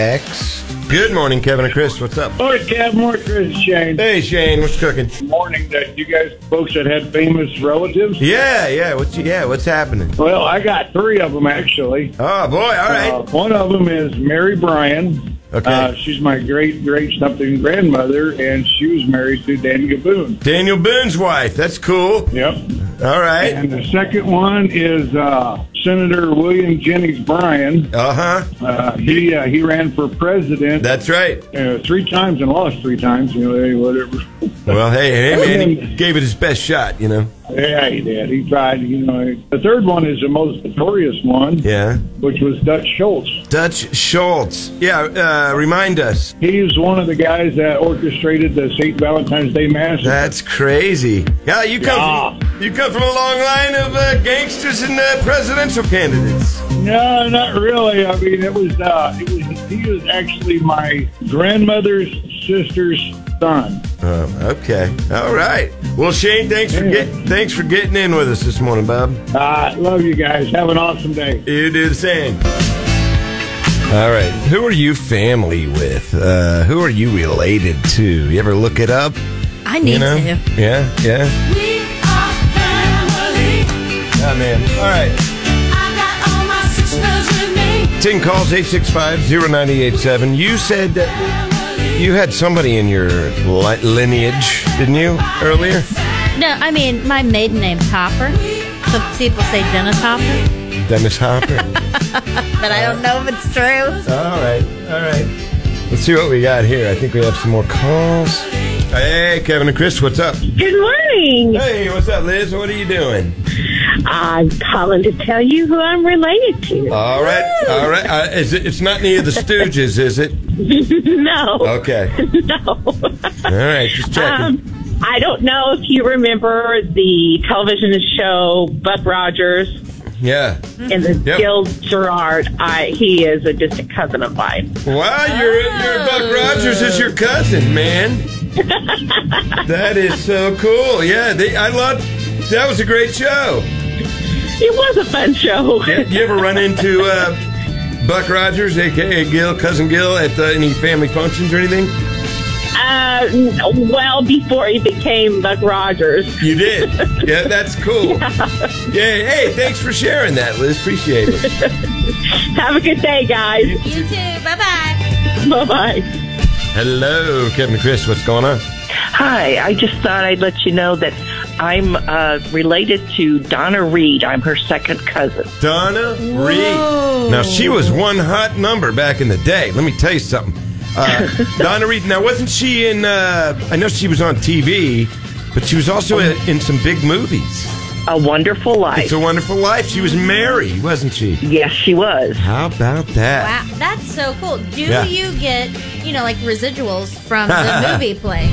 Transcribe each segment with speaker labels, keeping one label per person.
Speaker 1: text.
Speaker 2: Good morning, Kevin and Chris. What's up?
Speaker 3: Morning, Kev. Morning, Chris. Shane.
Speaker 2: Hey, Shane. What's cooking?
Speaker 3: Morning, that you guys, folks that had famous relatives.
Speaker 2: Yeah, yeah. What's yeah? What's happening?
Speaker 3: Well, I got three of them actually.
Speaker 2: Oh boy! All
Speaker 3: Uh,
Speaker 2: right.
Speaker 3: one of them is Mary Bryan.
Speaker 2: Okay.
Speaker 3: Uh, she's my great great something grandmother, and she was married to Dan Gaboon.
Speaker 2: Daniel Boone's wife. That's cool.
Speaker 3: Yep.
Speaker 2: All right.
Speaker 3: And the second one is uh, Senator William Jennings Bryan.
Speaker 2: Uh huh.
Speaker 3: Uh, he uh, he ran for president
Speaker 2: That's right.
Speaker 3: uh, three times and lost three times. You know, hey, whatever.
Speaker 2: Well, hey, hey, man, he gave it his best shot. You know.
Speaker 3: yeah, he did. He tried. You know, the third one is the most notorious one,
Speaker 2: Yeah.
Speaker 3: which was Dutch Schultz.
Speaker 2: Dutch Schultz. Yeah. Uh, remind us.
Speaker 3: He's one of the guys that orchestrated the St. Valentine's Day massacre.
Speaker 2: That's crazy. Yeah, you come. From, you come from a long line of uh, gangsters and uh, presidential candidates.
Speaker 3: No, not really. I mean, it was uh, it was he was actually my grandmother's sister's son.
Speaker 2: Um, okay. All right. Well, Shane, thanks for get, thanks for getting in with us this morning, Bob.
Speaker 3: Uh, love you guys. Have an awesome day.
Speaker 2: You do the same. All right. Who are you family with? Uh, who are you related to? You ever look it up?
Speaker 4: I need
Speaker 2: you know?
Speaker 4: to.
Speaker 2: Yeah, yeah.
Speaker 5: We are family.
Speaker 2: Oh, man. All right.
Speaker 5: I got all my sisters with me.
Speaker 2: 10 calls, 865-0987. You said that
Speaker 5: Family.
Speaker 2: you had somebody in your li- lineage, didn't you, earlier?
Speaker 4: No, I mean, my maiden name's Hopper. Some people say Dennis Hopper,
Speaker 2: Dennis Hopper.
Speaker 4: but I don't know if it's true.
Speaker 2: all right, all right. Let's see what we got here. I think we have some more calls. Hey, Kevin and Chris, what's up?
Speaker 6: Good morning.
Speaker 2: Hey, what's up, Liz? What are you doing?
Speaker 6: I'm calling to tell you who I'm related to.
Speaker 2: All right, all right. Uh, is it, it's not any of the Stooges, is it?
Speaker 6: no.
Speaker 2: Okay. uh.
Speaker 6: No.
Speaker 2: All right, just checking.
Speaker 6: Um, I don't know if you remember the television show Buck Rogers
Speaker 2: yeah.
Speaker 6: and the
Speaker 2: Yep.
Speaker 6: Gil Gerard. I, he is a distant cousin of mine.
Speaker 2: Wow, your your Buck Rogers is your cousin, man. that is so cool. Yeah, they, I loved. That was a great show.
Speaker 6: It was a fun show.
Speaker 2: Yeah, You ever run into uh, Buck Rogers, aka Gil, cousin Gil, at uh, any family functions or anything?
Speaker 6: Uh, n- well, before he became Buck Rogers.
Speaker 2: You did. Yeah, that's cool. Yeah. Hey, thanks for sharing that, Liz. Appreciate it.
Speaker 6: Have a good day, guys.
Speaker 4: You too. Bye bye.
Speaker 6: Bye bye.
Speaker 2: Hello, Kevin and Chris. What's going on?
Speaker 7: Hi, I just thought I'd let you know that I'm uh, related to Donna Reed. I'm her second cousin.
Speaker 2: Donna Reed. Now she was one hot number back in the day. Let me tell you something. Uh, Donna Reed. Now wasn't she in? Uh, I know she was on TV, but she was also in, in some big movies.
Speaker 7: A Wonderful Life.
Speaker 2: It's a Wonderful Life. She was Mary, wasn't she?
Speaker 7: yes, she was.
Speaker 2: How about that?
Speaker 4: Wow, that's so cool. Do
Speaker 2: Yeah.
Speaker 4: you get, you know, like residuals from the movie playing?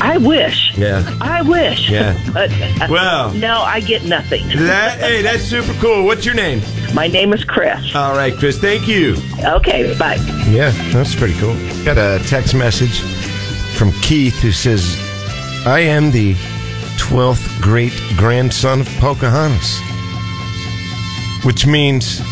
Speaker 7: I wish.
Speaker 2: Yeah.
Speaker 7: I wish.
Speaker 2: Yeah.
Speaker 7: but uh,
Speaker 2: Well.
Speaker 7: no, I get nothing.
Speaker 2: That hey, that's super cool. What's your name?
Speaker 7: My name is Chris.
Speaker 2: All right, Chris. Thank you.
Speaker 7: Okay, bye.
Speaker 2: Yeah, that's pretty cool. Got a text message from Keith who says, I am the 12th great grandson of Pocahontas. Which means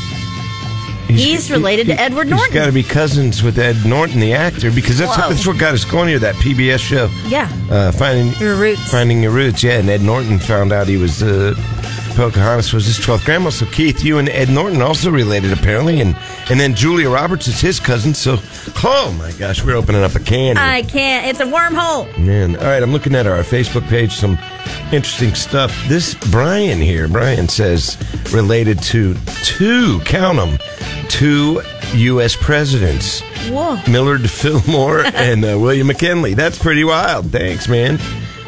Speaker 4: He's related to Edward Norton.
Speaker 2: He's got to be cousins with Ed Norton, the actor, because that's,
Speaker 4: Whoa.
Speaker 2: that's what got us going here, that PBS show.
Speaker 4: Yeah.
Speaker 2: Uh, finding
Speaker 4: Your roots.
Speaker 2: Finding your roots, yeah. And Ed Norton found out he was, uh, Pocahontas was his 12th grandma. So Keith, you and Ed Norton also related, apparently. And, and then Julia Roberts is his cousin. So, oh my gosh, we're opening up a can. here.
Speaker 4: I can't. It's a wormhole.
Speaker 2: Man, all right, I'm looking at our Facebook page, some interesting stuff. This Brian here, Brian says, related to two, count them, two U.S. presidents,
Speaker 4: Whoa.
Speaker 2: Millard Fillmore and uh, William McKinley. That's pretty wild. Thanks, man.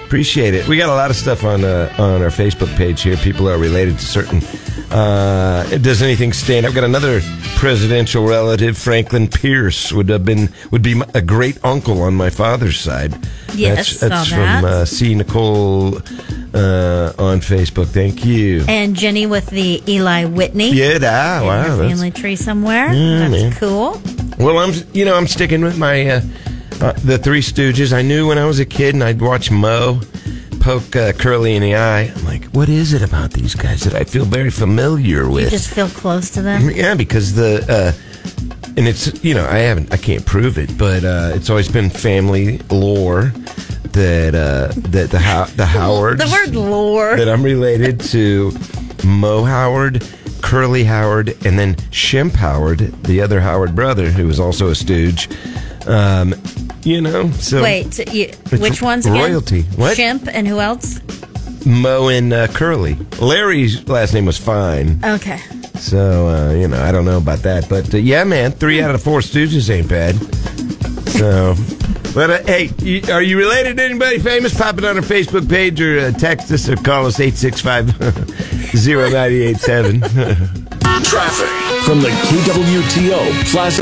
Speaker 2: Appreciate it. We got a lot of stuff on uh, on our Facebook page here. People are related to certain. Uh, does anything stand? I've got another presidential relative, Franklin Pierce, would have been would be a great uncle on my father's side.
Speaker 4: Yes,
Speaker 2: that's, that's
Speaker 4: saw
Speaker 2: from
Speaker 4: that.
Speaker 2: uh, C Nicole uh, on Facebook. Thank you.
Speaker 4: And Jenny with the Eli Whitney.
Speaker 2: Yeah, ah,
Speaker 4: in her
Speaker 2: wow, that's
Speaker 4: family tree somewhere.
Speaker 2: Yeah,
Speaker 4: that's
Speaker 2: man.
Speaker 4: cool.
Speaker 2: Well, I'm you know I'm sticking with my uh, uh, the Three Stooges. I knew when I was a kid, and I'd watch Mo poke uh, Curly in the eye. I'm like, what is it about these guys that I feel very familiar with?
Speaker 4: Just feel close to them.
Speaker 2: yeah, because the uh, and it's you know I haven't I can't prove it, but uh, it's always been family lore that uh, that the How- the Howards
Speaker 4: The word lore.
Speaker 2: that I'm related to Mo Howard, Curly Howard, and then Shemp Howard, the other Howard brother who was also a stooge. Um, you know, so
Speaker 4: Wait, so you, which ones again?
Speaker 2: royalty. What?
Speaker 4: Shemp and who else?
Speaker 2: Mo and uh, Curly. Larry's last name was Fine,
Speaker 4: Okay.
Speaker 2: so uh, you know I don't know about that, but uh, yeah, man, three out of four Stooges ain't bad. So, but uh, hey, you, are you related to anybody famous? Pop it on our Facebook page or uh, text us or call us 865-0987.
Speaker 1: Traffic from the KWTO Plaza.